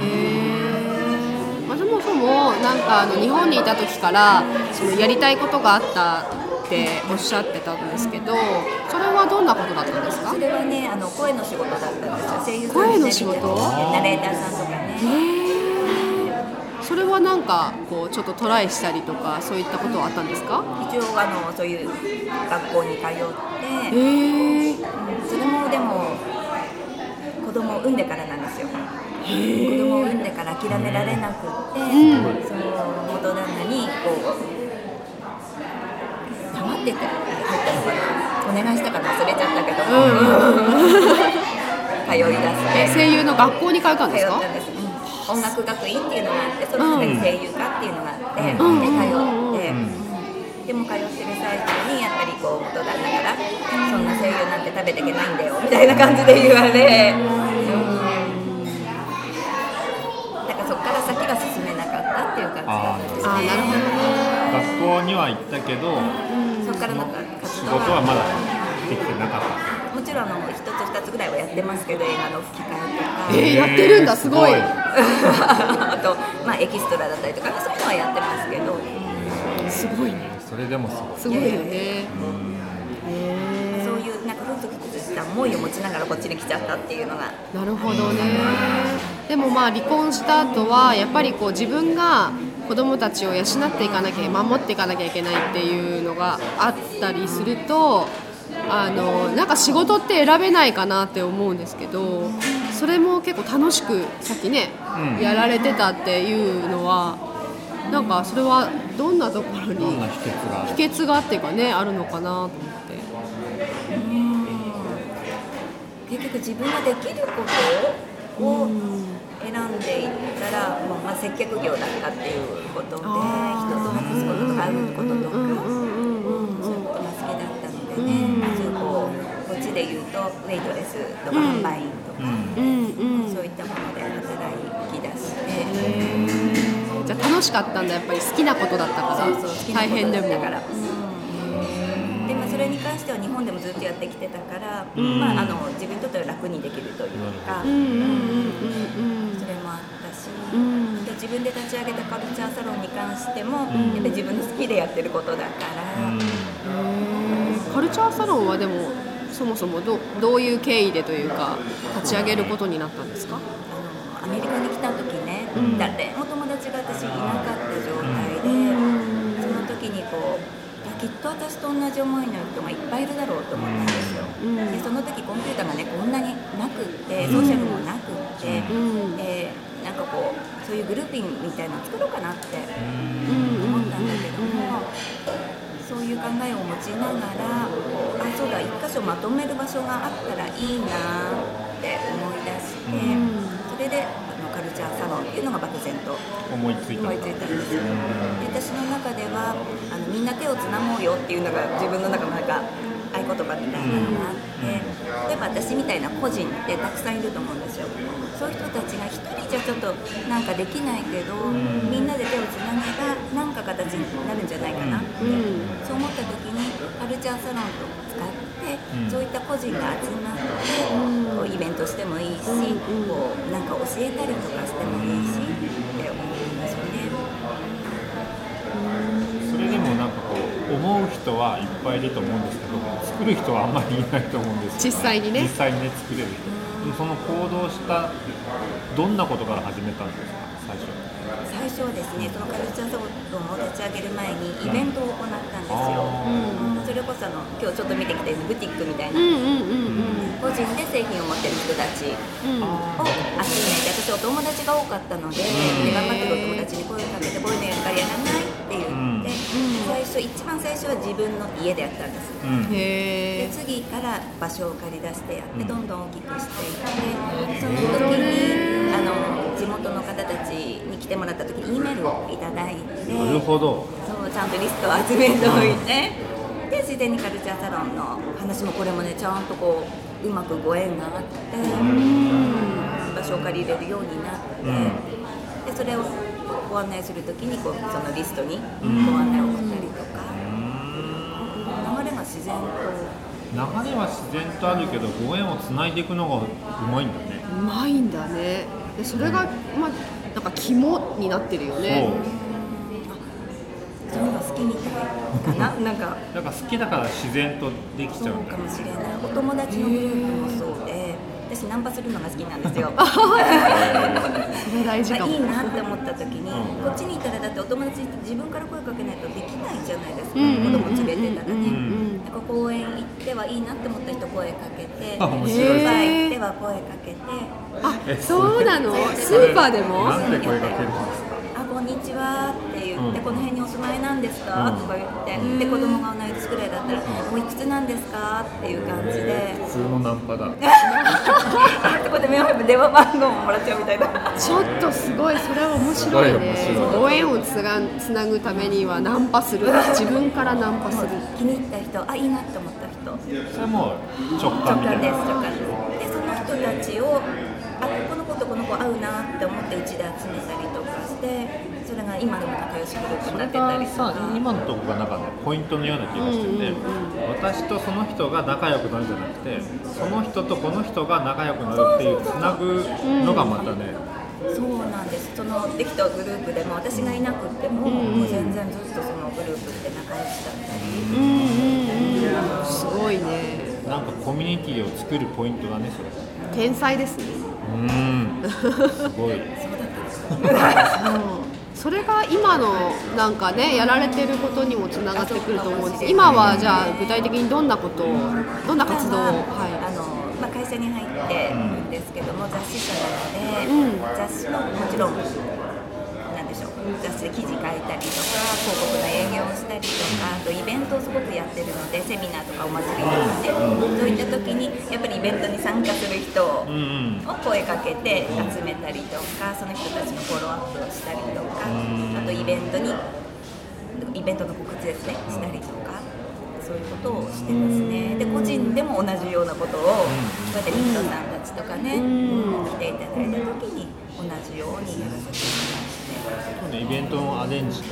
Speaker 1: へーまあ、そもそもなんかあの日本にいた時からそのやりたいことがあったっておっしゃってたんですけどそれはどんなことだったんですか
Speaker 3: それはねあの声の仕事だったんですよ声優さん
Speaker 1: 声の仕事
Speaker 3: ナレーターさんとかね
Speaker 1: それはなんかこうちょっとトライしたりとかそういったことはあったんですか
Speaker 3: 一応あのそういう学校に通って、
Speaker 1: へえ
Speaker 3: それもでも子供を産んでからなんですよ子供を産んでから諦められなくって、
Speaker 1: ん
Speaker 3: その元旦那にこう黙ってて入ったのかなお願いしたかな忘れちゃったけど、帰 通い出して
Speaker 1: 声優の学校に通ったん
Speaker 3: 通
Speaker 1: です
Speaker 3: っ
Speaker 1: か
Speaker 3: たんです、音楽学院っていうのがあってそれぞれに声優科っていうのがあって、
Speaker 2: うん
Speaker 3: で
Speaker 1: うん
Speaker 3: 通って、でも通ってる最中にやっぱりこう元旦那から「そんな声優なんて食べていけないんだよ」みたいな感じで言われ、うん、なんかそっから先が進めなかったっていう感じだったんです
Speaker 1: あーなるほどね
Speaker 2: 学校
Speaker 3: ね
Speaker 2: には行ったけど
Speaker 3: そっからなんか活
Speaker 2: 仕
Speaker 3: 動
Speaker 2: 事
Speaker 3: は
Speaker 2: はまだできてなかった
Speaker 3: もちろんあの一つ二つぐらいはやってますけど映画の吹き
Speaker 1: え
Speaker 3: 替えと
Speaker 1: ーやっ
Speaker 3: か
Speaker 1: てるんだすごい
Speaker 2: す
Speaker 3: あと、まあ、エキストラだったりとかそういうのはやってますけど。
Speaker 1: すごいね
Speaker 2: それでもすごい
Speaker 1: すごいよね
Speaker 3: そういうなんかふんとくつした思いを持ちながらこっちに来ちゃったっていうのが
Speaker 1: なるほどねでもまあ離婚した後はやっぱりこう自分が子供たちを養っていかなきゃ守っていかなきゃいけないっていうのがあったりするとあのなんか仕事って選べないかなって思うんですけどそれも結構楽しくさっきね、
Speaker 2: うん
Speaker 1: やられてたっていうのはなんかそれはどんなところ
Speaker 2: どんな
Speaker 1: に
Speaker 2: 秘訣がある
Speaker 1: 秘訣がっていうかねあるのかなと思って。
Speaker 3: 結局自分ができることを選んでいったら、まあ、まあ接客業だったっていうことで人と話すこととか会うこととかそういうことが好きだったのでね、そういうこうこっちで言うとウェイトレスとか販売員とか、
Speaker 1: うんうん
Speaker 3: そういったもので働き出して。
Speaker 1: じゃあ楽しかったんだやっぱり好きなことだったから
Speaker 3: そうそう好きな
Speaker 1: 大
Speaker 3: こと
Speaker 1: 変で
Speaker 3: だっ
Speaker 1: も
Speaker 3: たから、うん、でもそれに関しては日本でもずっとやってきてたから、まあ、あの自分にとっては楽にできるというか、
Speaker 1: うんうんうん
Speaker 3: それもあったし、
Speaker 1: うんうんうん
Speaker 3: で自分で立ち上げたカルチャーサロンに関しても、やっぱり自分の好きでやってることだから、
Speaker 1: へーカルチャーサロンはでもそもそもどどういう経緯でというか立ち上げることになったんですか
Speaker 3: あのアメリカに来た時ね、
Speaker 2: ん
Speaker 3: 誰も友達が私いなかった状態で、その時にこういやきっと私と同じ思いの人がいっぱいいるだろうと思ったんですよ、
Speaker 1: うん
Speaker 3: でその時コンピューターがねこんなになくってソーシャルもなくって、
Speaker 1: うん
Speaker 3: でなんかこうそういうグルーピングみたいなの作ろうかなって
Speaker 1: うんうん
Speaker 3: 思ったんだけども、そういう考えを持ちながらこうあそうだ一箇所まとめる場所があったらいいなって思い出して、それであのカルチャーサロンっていうのが漠然と
Speaker 2: 思いついた
Speaker 3: 思いついたんですよで私の中ではあのみんな手をつなもうよっていうのが自分の中のなんか合言葉みたいなのがあって例えば私みたいな個人ってたくさんいると思うんですよそういう人たちが一人じゃちょっとなんかできないけどみんなで手をつなげばなんか形になるんじゃないかなって
Speaker 1: うん
Speaker 3: そう思った時にカルチャーサロンと使って、
Speaker 2: うん
Speaker 3: そういった個人が集まって、こうイベントしてもいい
Speaker 1: う
Speaker 3: し、
Speaker 1: ん
Speaker 3: こうなんか教えたりとかしてもいいしって思うんですよね。
Speaker 2: それでもなんかこう思う人はいっぱいいると思うんですけど作る人はあんまりいないと思うんですよ、
Speaker 1: 実際にね
Speaker 2: 実際にね作れる人でもその行動したどんなことから始めたんですか最初
Speaker 3: 最初はですね、そのカルチャーサロンを立ち上げる前にイベントを行ったんですよ。それこそあの今日ちょっと見てきたブティックみたいな、
Speaker 1: うんうんうん
Speaker 3: 個人で製品を持ってる人たち
Speaker 1: うんうん
Speaker 3: を集めて私お友達が多かったのでで頑張ってるお友達に声をかけてこういうのやっぱりやらないって言って、
Speaker 2: うん
Speaker 3: で最初一番最初は自分の家でやったんです
Speaker 2: うんうん
Speaker 1: へ
Speaker 3: で
Speaker 1: え
Speaker 3: 次から場所を借り出してやって
Speaker 2: うん
Speaker 3: どんどん大きくしていってその時にあの地元の方たちに来てもらった時に E メールをいただいて
Speaker 2: なるほど
Speaker 3: そうちゃんとリストを集めておいてで自然にカルチャーサロンの話もこれもねちゃんとこううまくご縁があって場所を借りれるようになって、でそれをご案内するときにこうそのリストにご案内を送ったりとか、流れが自然と
Speaker 2: 流れは自然とあるけどご縁をつないでいくのがうまいんだね
Speaker 1: うまいんだねでそれがまあなんか肝になってるよね
Speaker 3: そういうの好きみたいか ななんか
Speaker 2: そうだから好きだから自然とでき
Speaker 3: そ
Speaker 2: ちゃ
Speaker 3: う
Speaker 2: うんだ
Speaker 3: か
Speaker 2: よ
Speaker 3: もしれないお友達のグループもそうで私ナンパするのが好きなんで すよ
Speaker 1: それ大事か
Speaker 3: あいい
Speaker 1: も
Speaker 3: なって思った時に、
Speaker 2: うん
Speaker 3: こっちにいたらだってお友達って自分から声かけないとできないじゃないですか、
Speaker 1: うん
Speaker 3: 子供連れてたらね、
Speaker 1: うんうん
Speaker 3: なんか公園行ってはいいなって思った人声かけて
Speaker 2: あ
Speaker 1: 白
Speaker 2: 面
Speaker 1: い
Speaker 3: スーパー行っては声かけて
Speaker 1: あ
Speaker 2: え
Speaker 1: そうなのスーパーでも
Speaker 2: なんで声かけるんですか
Speaker 3: 「あこんにちは」って言って、
Speaker 2: うん
Speaker 3: この辺にお住まいなんですか?」
Speaker 2: うん
Speaker 3: とか言って、で子供が同い年くらいだったらに「おいくつなんですか?」っていう感じで
Speaker 4: えー普通のナン パだ
Speaker 3: そこでメモ電話番号ももらっちゃうみたいな
Speaker 1: ちょっとすごいそれは面白いね
Speaker 4: すごい面白い
Speaker 1: ご縁をつがつなぐためにはナンパ する自分からナンパする
Speaker 3: 気に入った人あいいなって思った人
Speaker 2: それも直
Speaker 3: 直
Speaker 2: 感みた
Speaker 3: 感
Speaker 2: い
Speaker 3: で
Speaker 2: な
Speaker 3: す直感ですでその人たちをあこの子とこの子合うなって思ってうちで集めたりとかしてそれが今の仲良しグループ
Speaker 2: そ
Speaker 3: にな
Speaker 2: れ
Speaker 3: ってたり
Speaker 2: が
Speaker 3: と
Speaker 2: さ
Speaker 3: か
Speaker 2: 今のとこがなんかねポイントのような気がしてて、
Speaker 1: うん
Speaker 2: 私とその人が仲良くなるんじゃなくてその人とこの人が仲良くなるっていうつなぐのがまたね、
Speaker 3: そうなんですそのできたグループでも私がいなくっても,、もう全然ずっとそのグループで仲良しだったり
Speaker 1: うんうんうんすごいね
Speaker 2: なんかコミュニティを作るポイントだねそれ
Speaker 1: 天才ですね
Speaker 2: うんすごい
Speaker 1: そうそれが今のなんかねやられてることにもつながってくると思うんです今はじゃあ具体的にどんなことをどんな活動を
Speaker 3: あ
Speaker 1: は
Speaker 3: のまあ、会社に入ってるんですけども、雑誌社なので、
Speaker 1: うん
Speaker 3: 雑誌のもちろんなんでしょう雑誌で記事書いたりとか広告の営業をしたりとかあとイベントをすごくやってるのでセミナーとかお祭りに行って、そういった時にやっぱりイベントに参加する人
Speaker 2: う
Speaker 3: を
Speaker 2: んうん
Speaker 3: 声かけて集めたりとかその人たちのフォローアップをしたりとか
Speaker 2: うん
Speaker 3: あとイベントにイベントの告知ですねしたりとかそういうことをしてますねで個人でも同じようなことをこうやってミッドさんたちとかね
Speaker 1: うん
Speaker 3: 来ていただいた時に同じようにやらせてもらって
Speaker 2: そうねイベントのアレンジ、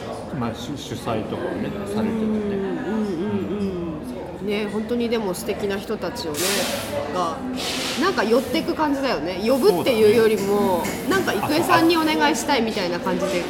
Speaker 2: まあ、主主催とかをねさ
Speaker 1: い
Speaker 2: れてる
Speaker 1: うんうん
Speaker 2: ね
Speaker 1: うんうんね本当にでも素敵な人たちをねがなんか寄っていく感じだよね呼ぶっていうよりもなんか郁恵さんにお願いしたいみたいな感じで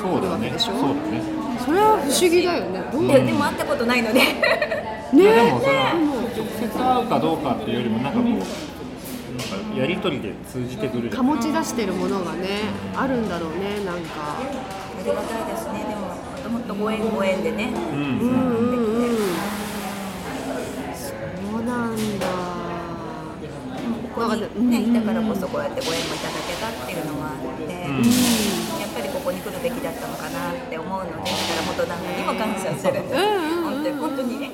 Speaker 2: そうだね
Speaker 1: でし
Speaker 2: そ
Speaker 1: ょ
Speaker 2: うだね
Speaker 1: それは不思議だよねどう
Speaker 3: いやでも会ったことないので
Speaker 2: い
Speaker 1: ね
Speaker 2: やでもそれは
Speaker 1: でも
Speaker 2: 直接会うかどうかっていうよりもなんかこうなんかやり取りで通じてくるじゃん
Speaker 1: 醸し出してるものがねあるんだろうねなんか
Speaker 3: ありがたいですねでももっともっとご縁ご縁でね
Speaker 2: うん
Speaker 1: うんうんうんそうなんだ
Speaker 3: ここにねいたからこそこうやってご縁もいただけたっていうのはあって、やっぱりここに来るべきだったのかなって思うのでだから元旦那にも感謝してるんです、本当に本当にね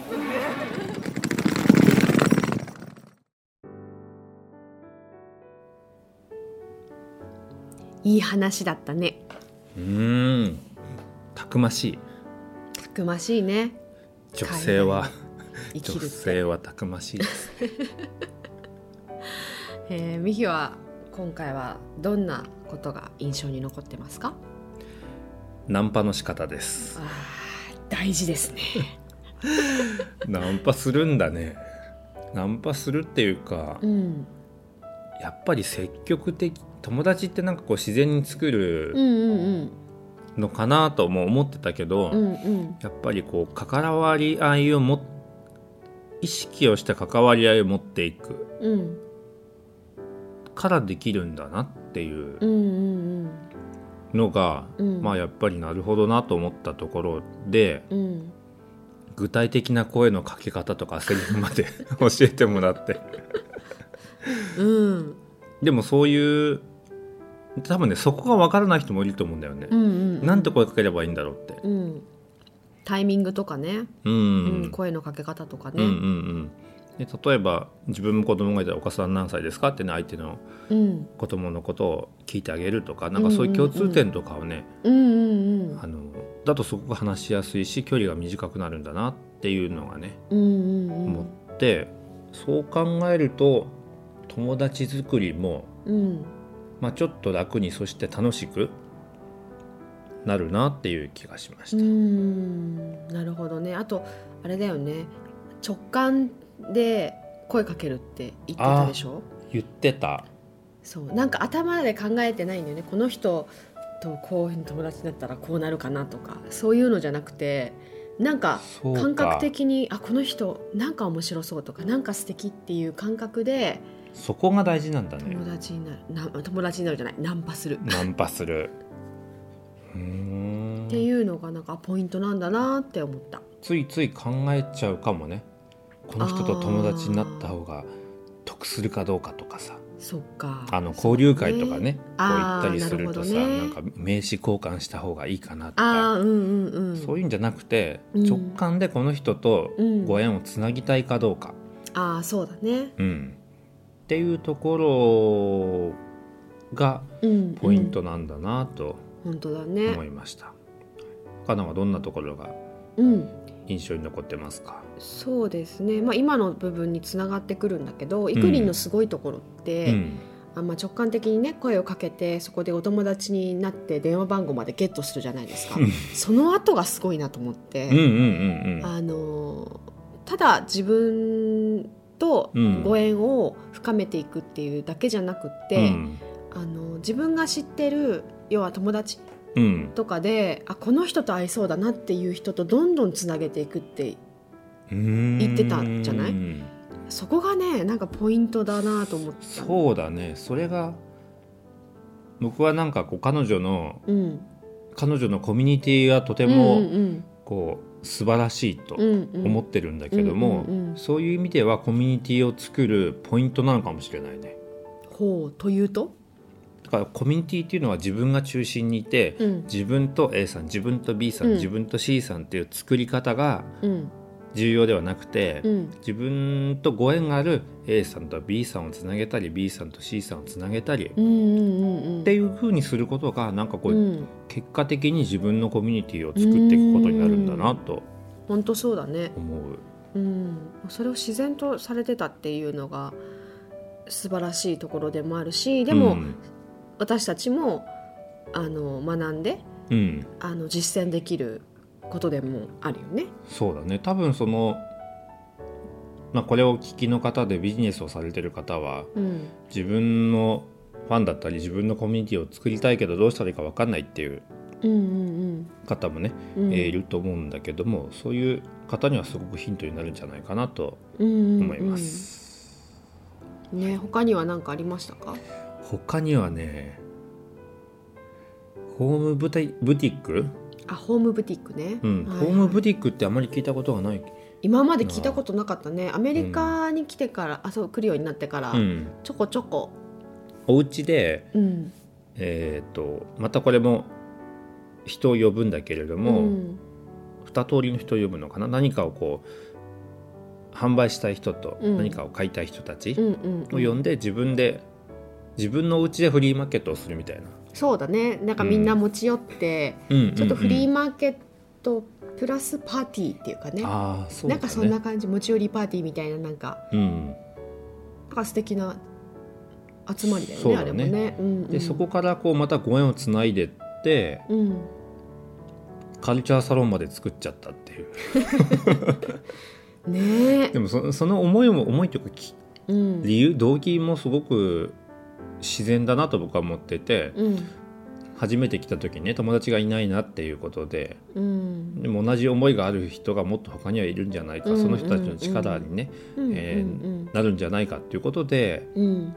Speaker 1: いい話だったね
Speaker 2: うんたくましい
Speaker 1: たくましいね
Speaker 2: 女性は
Speaker 1: 生き
Speaker 2: 女
Speaker 1: るって
Speaker 2: 性はたくましいです
Speaker 1: えー、ミヒは今回はどんなことが印象に残ってますか
Speaker 2: ナンパの仕方です
Speaker 1: 大事ですね
Speaker 2: ナンパするんだねナンパするっていうか
Speaker 1: うん
Speaker 2: やっぱり積極的友達ってなんかこう自然に作
Speaker 1: う
Speaker 2: る
Speaker 1: んうん
Speaker 2: のかなとも思ってたけど、
Speaker 1: うんうんうん
Speaker 2: やっぱりこう関わり合いをも意識をした関わり合いを持っていく
Speaker 1: うん
Speaker 2: からできるんだなっていう
Speaker 1: うんうん
Speaker 2: のが、
Speaker 1: うん
Speaker 2: まあやっぱりなるほどなと思ったところで
Speaker 1: うんうん
Speaker 2: 具体的な声のかけ方とかセリフまで 教えてもらって
Speaker 1: うん
Speaker 2: でもそういう多分ねそこがわからない人もいると思うんだよね
Speaker 1: う、んうん
Speaker 2: なんて声かければいいんだろうって
Speaker 1: うんタイミングとかね、
Speaker 2: うん
Speaker 1: う
Speaker 2: うんん
Speaker 1: 声のかけ方とか
Speaker 2: うんう
Speaker 1: ね、
Speaker 2: んで例えば自分も子供がいたら「お母さん何歳ですか?」ってね相手の
Speaker 1: うん、うん
Speaker 2: 子供のことを聞いてあげるとかなんかそういう共通点とかをね、
Speaker 1: うんうん
Speaker 2: あのだとすごく話しやすいし距離が短くなるんだなっていうのがね、
Speaker 1: うんう
Speaker 2: 思っ
Speaker 1: ん
Speaker 2: てそう考えると友達作りも、
Speaker 1: うん
Speaker 2: まあ、ちょっと楽にそして楽しくなるなっていう気がしまし
Speaker 1: う
Speaker 2: た。
Speaker 1: んなるほどねあとあれだよね直感で声かけるって言ってたでしょ
Speaker 2: 言ってた
Speaker 1: そうなんか頭で考えてないんだよねこの人とこういう友達になったらこうなるかなとかそういうのじゃなくてなんか
Speaker 2: そうか
Speaker 1: 感覚的にあこの人なんか面白そうとかなんか素敵っていう感覚で
Speaker 2: そこが大事なんだね
Speaker 1: 友達になる、な友達になるじゃないナンパする
Speaker 2: ナンパする。うーん
Speaker 1: っていうのがなんかポイントなんだなって思った。
Speaker 2: ついつい考えちゃうかもねこの人と友達になった方が得するかどうかとかさ
Speaker 1: そっか
Speaker 2: あの交流会とかねこう行
Speaker 1: あ
Speaker 2: っ
Speaker 1: ー
Speaker 2: たりするとさ
Speaker 1: な
Speaker 2: な
Speaker 1: るほどね
Speaker 2: んか名刺交換した方がいいかなと
Speaker 1: あ
Speaker 2: か
Speaker 1: ーうんうんうん
Speaker 2: そういうんじゃなくて
Speaker 1: うん
Speaker 2: 直感でこの人と
Speaker 1: うん
Speaker 2: ご縁をつなぎたいかどうか、
Speaker 1: ああそうだね
Speaker 2: うん、っていうところが
Speaker 1: うん
Speaker 2: ポイントなんだなと
Speaker 1: うん本当だね
Speaker 2: 思いました。かなはどんなところが
Speaker 1: うん
Speaker 2: 印象に残ってますか、
Speaker 1: そうですね、まあ、今の部分につながってくるんだけどいくりんのすごいところって、
Speaker 2: うん
Speaker 1: あまあ直感的にね声をかけてそこでお友達になって電話番号までゲットするじゃないですか
Speaker 2: うん
Speaker 1: その後がすごいなと思っ
Speaker 2: うんうん
Speaker 1: て、
Speaker 2: うんうん
Speaker 1: あのただ自分と
Speaker 2: うん
Speaker 1: ご縁を深めていくっていうだけじゃなくって、
Speaker 2: うん
Speaker 1: あの自分が知ってる要は友達
Speaker 2: うん
Speaker 1: とかであこの人と合いそうだなっていう人とどんどんつなげていくって
Speaker 2: うん
Speaker 1: 言ってたんじゃないそこがねなんかポイントだなと思ってう、
Speaker 2: そうだねそれが僕はなんかこう彼女の
Speaker 1: うん、
Speaker 2: 彼女のコミュニティがとて
Speaker 1: うん
Speaker 2: も
Speaker 1: うん
Speaker 2: こう素晴らしいと
Speaker 1: うんうんうん
Speaker 2: 思ってるんだけども、
Speaker 1: うんうんうん
Speaker 2: そういう意味ではコミュニティを作るポイントなのかもしれないね
Speaker 1: ほうというと、
Speaker 2: だからコミュニティっていうのは自分が中心にいて、
Speaker 1: うん
Speaker 2: 自分と A さん自分と B さん、
Speaker 1: うん
Speaker 2: 自分と C さんっていう作り方が
Speaker 1: うん
Speaker 2: 重要ではなくて、
Speaker 1: うん、
Speaker 2: 自分とご縁がある A さんと B さんをつなげたり B さんと C さんをつなげたり、
Speaker 1: う
Speaker 2: っ
Speaker 1: んうんうんうん
Speaker 2: ていうふうにすることがなんかこう、
Speaker 1: うん
Speaker 2: 結果的に自分のコミュニティを作っていくことになるんだなと
Speaker 1: 本当そうだね、
Speaker 2: 思う。
Speaker 1: うん、それを自然とされてたっていうのが素晴らしいところでもあるしでも、
Speaker 2: うん
Speaker 1: 私たちもあの学んで
Speaker 2: うん、
Speaker 1: あの実践できることでもあるよね。
Speaker 2: そうだね多分その、まあ、これをお聞きの方でビジネスをされてる方は
Speaker 1: うん、
Speaker 2: 自分のファンだったり自分のコミュニティを作りたいけどどうしたらいいか分かんないっていう
Speaker 1: うんうん
Speaker 2: 方もね、
Speaker 1: うんうん
Speaker 2: えーいると思うんだけどもそういう方にはすごくヒントになるんじゃないかなと
Speaker 1: うんうんうん
Speaker 2: 思います。
Speaker 1: ね他には何かありましたか？
Speaker 2: 他にはねホームブテブティック、
Speaker 1: あホームブティックね。
Speaker 2: うん
Speaker 1: はい
Speaker 2: ホームブティックってあまり聞いたことがない、
Speaker 1: 今まで聞いたことなかったね。アメリカに来てから、あそう来るようになってから、
Speaker 2: うん、
Speaker 1: ちょこちょこ。
Speaker 2: お家で
Speaker 1: うん。
Speaker 2: えー、とまたこれも人を呼ぶんだけれども、
Speaker 1: うん
Speaker 2: 二通りの人を呼ぶのかな何かをこう販売したい人と
Speaker 1: うん
Speaker 2: 何かを買いたい人たち
Speaker 1: う
Speaker 2: を
Speaker 1: んうんうん
Speaker 2: 呼んで自分で自分のお家でフリーマーケットをするみたいな、
Speaker 1: そうだね。なんかみんな持ち寄って、
Speaker 2: うんうんうん
Speaker 1: ちょっとフリーマーケットプラスパーティーっていうかね。
Speaker 2: あーそうだ
Speaker 1: なん
Speaker 2: ね
Speaker 1: かそんな感じ持ち寄りパーティーみたいななんか
Speaker 2: うん、
Speaker 1: なんか素敵な集まりだよね
Speaker 2: そう
Speaker 1: あ
Speaker 2: だね
Speaker 1: れもね。うんうん
Speaker 2: でそこからこうまたご縁をつないでって
Speaker 1: うん、
Speaker 2: カルチャーサロンまで作っちゃったっていう
Speaker 1: ねえ
Speaker 2: でもそその思いも思いというかき
Speaker 1: うん
Speaker 2: 理由動機もすごく自然だなと僕は思ってて、
Speaker 1: うん
Speaker 2: 初めて来た時にね友達がいないなっていうことで
Speaker 1: うん
Speaker 2: でも同じ思いがある人がもっと他にはいるんじゃないか、
Speaker 1: うんうん
Speaker 2: その人たちの力に、ね
Speaker 1: うん
Speaker 2: えーなるんじゃないかっていうことで
Speaker 1: うんうん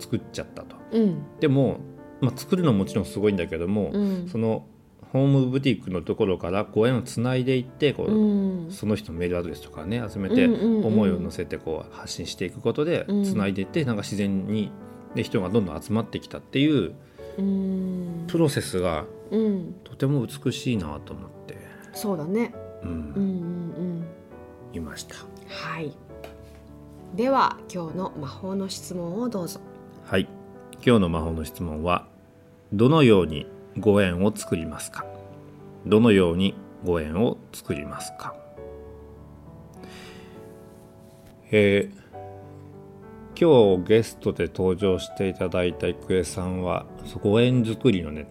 Speaker 2: 作っちゃったと。
Speaker 1: うん
Speaker 2: でも、まあ、作るのももちろんすごいんだけども、
Speaker 1: うん
Speaker 2: そのホームブティックのところからご縁をつないでいってこう、
Speaker 1: うん
Speaker 2: その人のメールアドレスとかね集めて
Speaker 1: うんうんうん
Speaker 2: 思いを乗せてこう発信していくことで
Speaker 1: うん
Speaker 2: つないでいってなんか自然にで人がどんどん集まってきたっていう
Speaker 1: うん
Speaker 2: プロセスが
Speaker 1: うん
Speaker 2: とても美しいなと思って、
Speaker 1: そうだね
Speaker 2: う、
Speaker 1: うんんうんうん
Speaker 2: いました。
Speaker 1: はいでは今日の魔法の質問をどうぞ
Speaker 2: はい今日の魔法の質問はどのようにご縁を作りますかどのようにご縁を作りますかえー今日ゲストで登場していただいた郁恵さんはそうご縁作りのね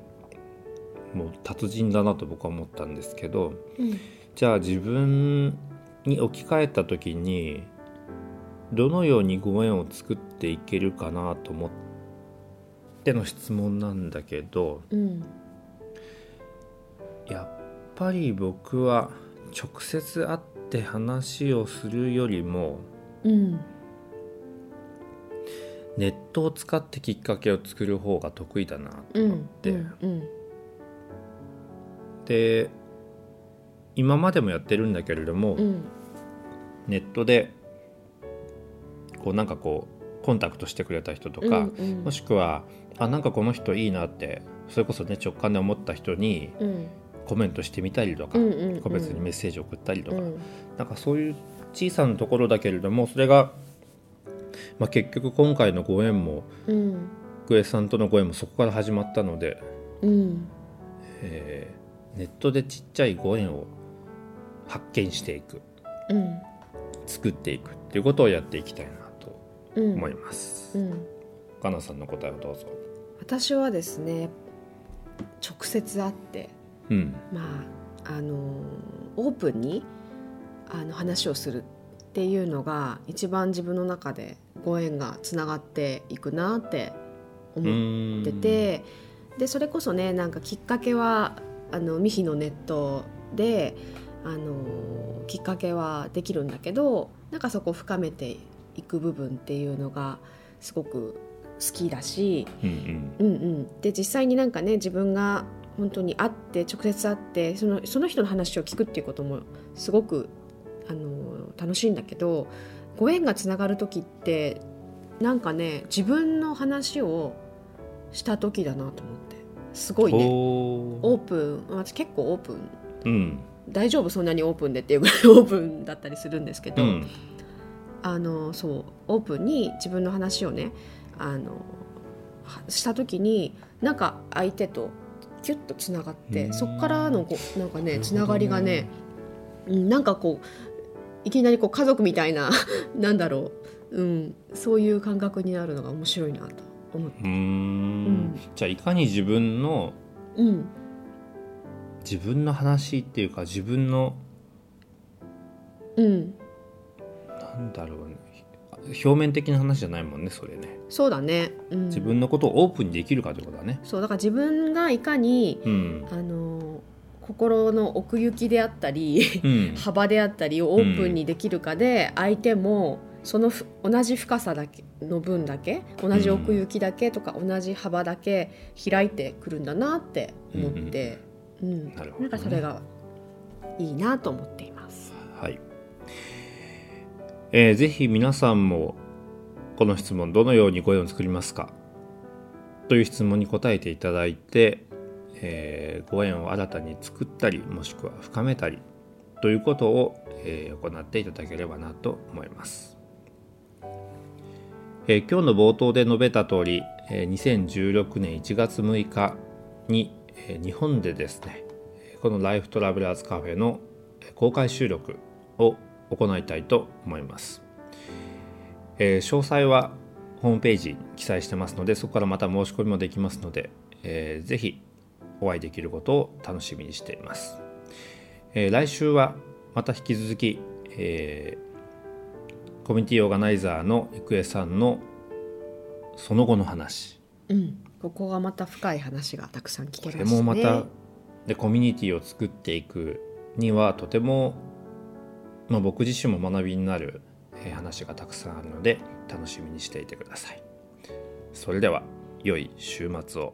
Speaker 2: もう達人だなと僕は思ったんですけど
Speaker 1: うん
Speaker 2: じゃあ自分に置き換えた時にどのようにご縁を作っていけるかなと思っての質問なんだけど
Speaker 1: うん
Speaker 2: やっぱり僕は直接会って話をするよりも
Speaker 1: うん
Speaker 2: ネットを使ってきっかけを作る方が得意だなと
Speaker 1: う
Speaker 2: 思っ
Speaker 1: ん
Speaker 2: て、
Speaker 1: うん
Speaker 2: で今までもやってるんだけれども、
Speaker 1: うん
Speaker 2: ネットでこうなんかこうコンタクトしてくれた人とか、
Speaker 1: うんうん
Speaker 2: もしくはあなんかこの人いいなってそれこそね直感で思った人に
Speaker 1: うん
Speaker 2: コメントしてみたりとか、
Speaker 1: うんうんうん
Speaker 2: 個別にメッセージ送ったりと
Speaker 1: う
Speaker 2: か、
Speaker 1: ん
Speaker 2: なんかそういう小さなところだけれどもそれが、まあ、結局今回のご縁も
Speaker 1: うん
Speaker 2: グエさんとのご縁もそこから始まったので、
Speaker 1: うん
Speaker 2: えーネットでちっちゃいご縁を発見していく
Speaker 1: うん
Speaker 2: 作っていくっていうことをやっていきたいなと
Speaker 1: うん
Speaker 2: 思います。
Speaker 1: うん
Speaker 2: かなさんの答えをどうぞ。
Speaker 1: 私はですね直接会って
Speaker 2: うん
Speaker 1: まああのオープンにあの話をするっていうのが一番自分の中でご縁がつながっていくなって
Speaker 2: う
Speaker 1: 思っ
Speaker 2: ーん
Speaker 1: ってて、でそれこそねなんかきっかけはあのミヒのネットであのきっかけはできるんだけどなんかそこを深めていく部分っていうのがすごく好きだし、
Speaker 2: うん
Speaker 1: うんうん、で実際になんかね自分が本当に会って直接会ってそのその人の話を聞くっていうこともすごくあの楽しいんだけどご縁がつながる時ってなんかね自分の話をした時だなと思ってす
Speaker 2: う
Speaker 1: ご
Speaker 2: ん。
Speaker 1: いねオ
Speaker 2: お
Speaker 1: ープン私結構オープン
Speaker 2: ーうん
Speaker 1: 大丈夫そんなにオープンでっていうぐらいオープンだったりするんですけ
Speaker 2: う
Speaker 1: ど、
Speaker 2: ん
Speaker 1: あのそうオープンに自分の話をねあのはした時になんか相手とキュッとつながっ
Speaker 2: う
Speaker 1: て
Speaker 2: ん
Speaker 1: そこからのこうなんか
Speaker 2: なるほど
Speaker 1: ね
Speaker 2: ね
Speaker 1: つながりがねうんなんかこういきなりこう家族みたいな なんだろう、うん、そういう感覚になるのが面白いなと思って。
Speaker 2: うーん
Speaker 1: ん
Speaker 2: じゃあいかに自分の
Speaker 1: うん
Speaker 2: 自分の話っていうか自分の
Speaker 1: うん
Speaker 2: なんだろうね表面的な話じゃないもんねそれね
Speaker 1: そうだね、うん、
Speaker 2: 自分のことをオープンにできるかということだね
Speaker 1: そうだから自分がいかに
Speaker 2: うん
Speaker 1: あの心の奥行きであったり
Speaker 2: うん
Speaker 1: 幅であったりをオープンにできるかで、相手もそのふ同じ深さだけの分だけ同じ奥行きだけとか、同じ幅だけ開いてくるんだなって思って、うん
Speaker 2: なるほどね
Speaker 1: なんかそれがいいなと思っています。
Speaker 2: はい、えーぜひ皆さんもこの質問どのようにご用を作りますかという質問に答えていただいて、えーご縁を新たに作ったりもしくは深めたりということを、えー行っていただければなと思います、えー今日の冒頭で述べた通り、えー2016年1月6日に、えー日本でですねこのライフトラベラーズカフェの公開収録を行いたいと思います、えー詳細はホームページに記載してますのでそこからまた申し込みもできますので、えーぜひお会いできることを楽しみにしています、えー来週はまた引き続き、えーコミュニティオーガナイザーの郁恵さんのその後の話
Speaker 1: うん、ここがまた深い話がたくさん聞けま
Speaker 2: これ
Speaker 1: したね。
Speaker 2: もまたでコミュニティを作っていくにはとても、まあ、僕自身も学びになるえー話がたくさんあるので楽しみにしていてください。それでは良い週末を。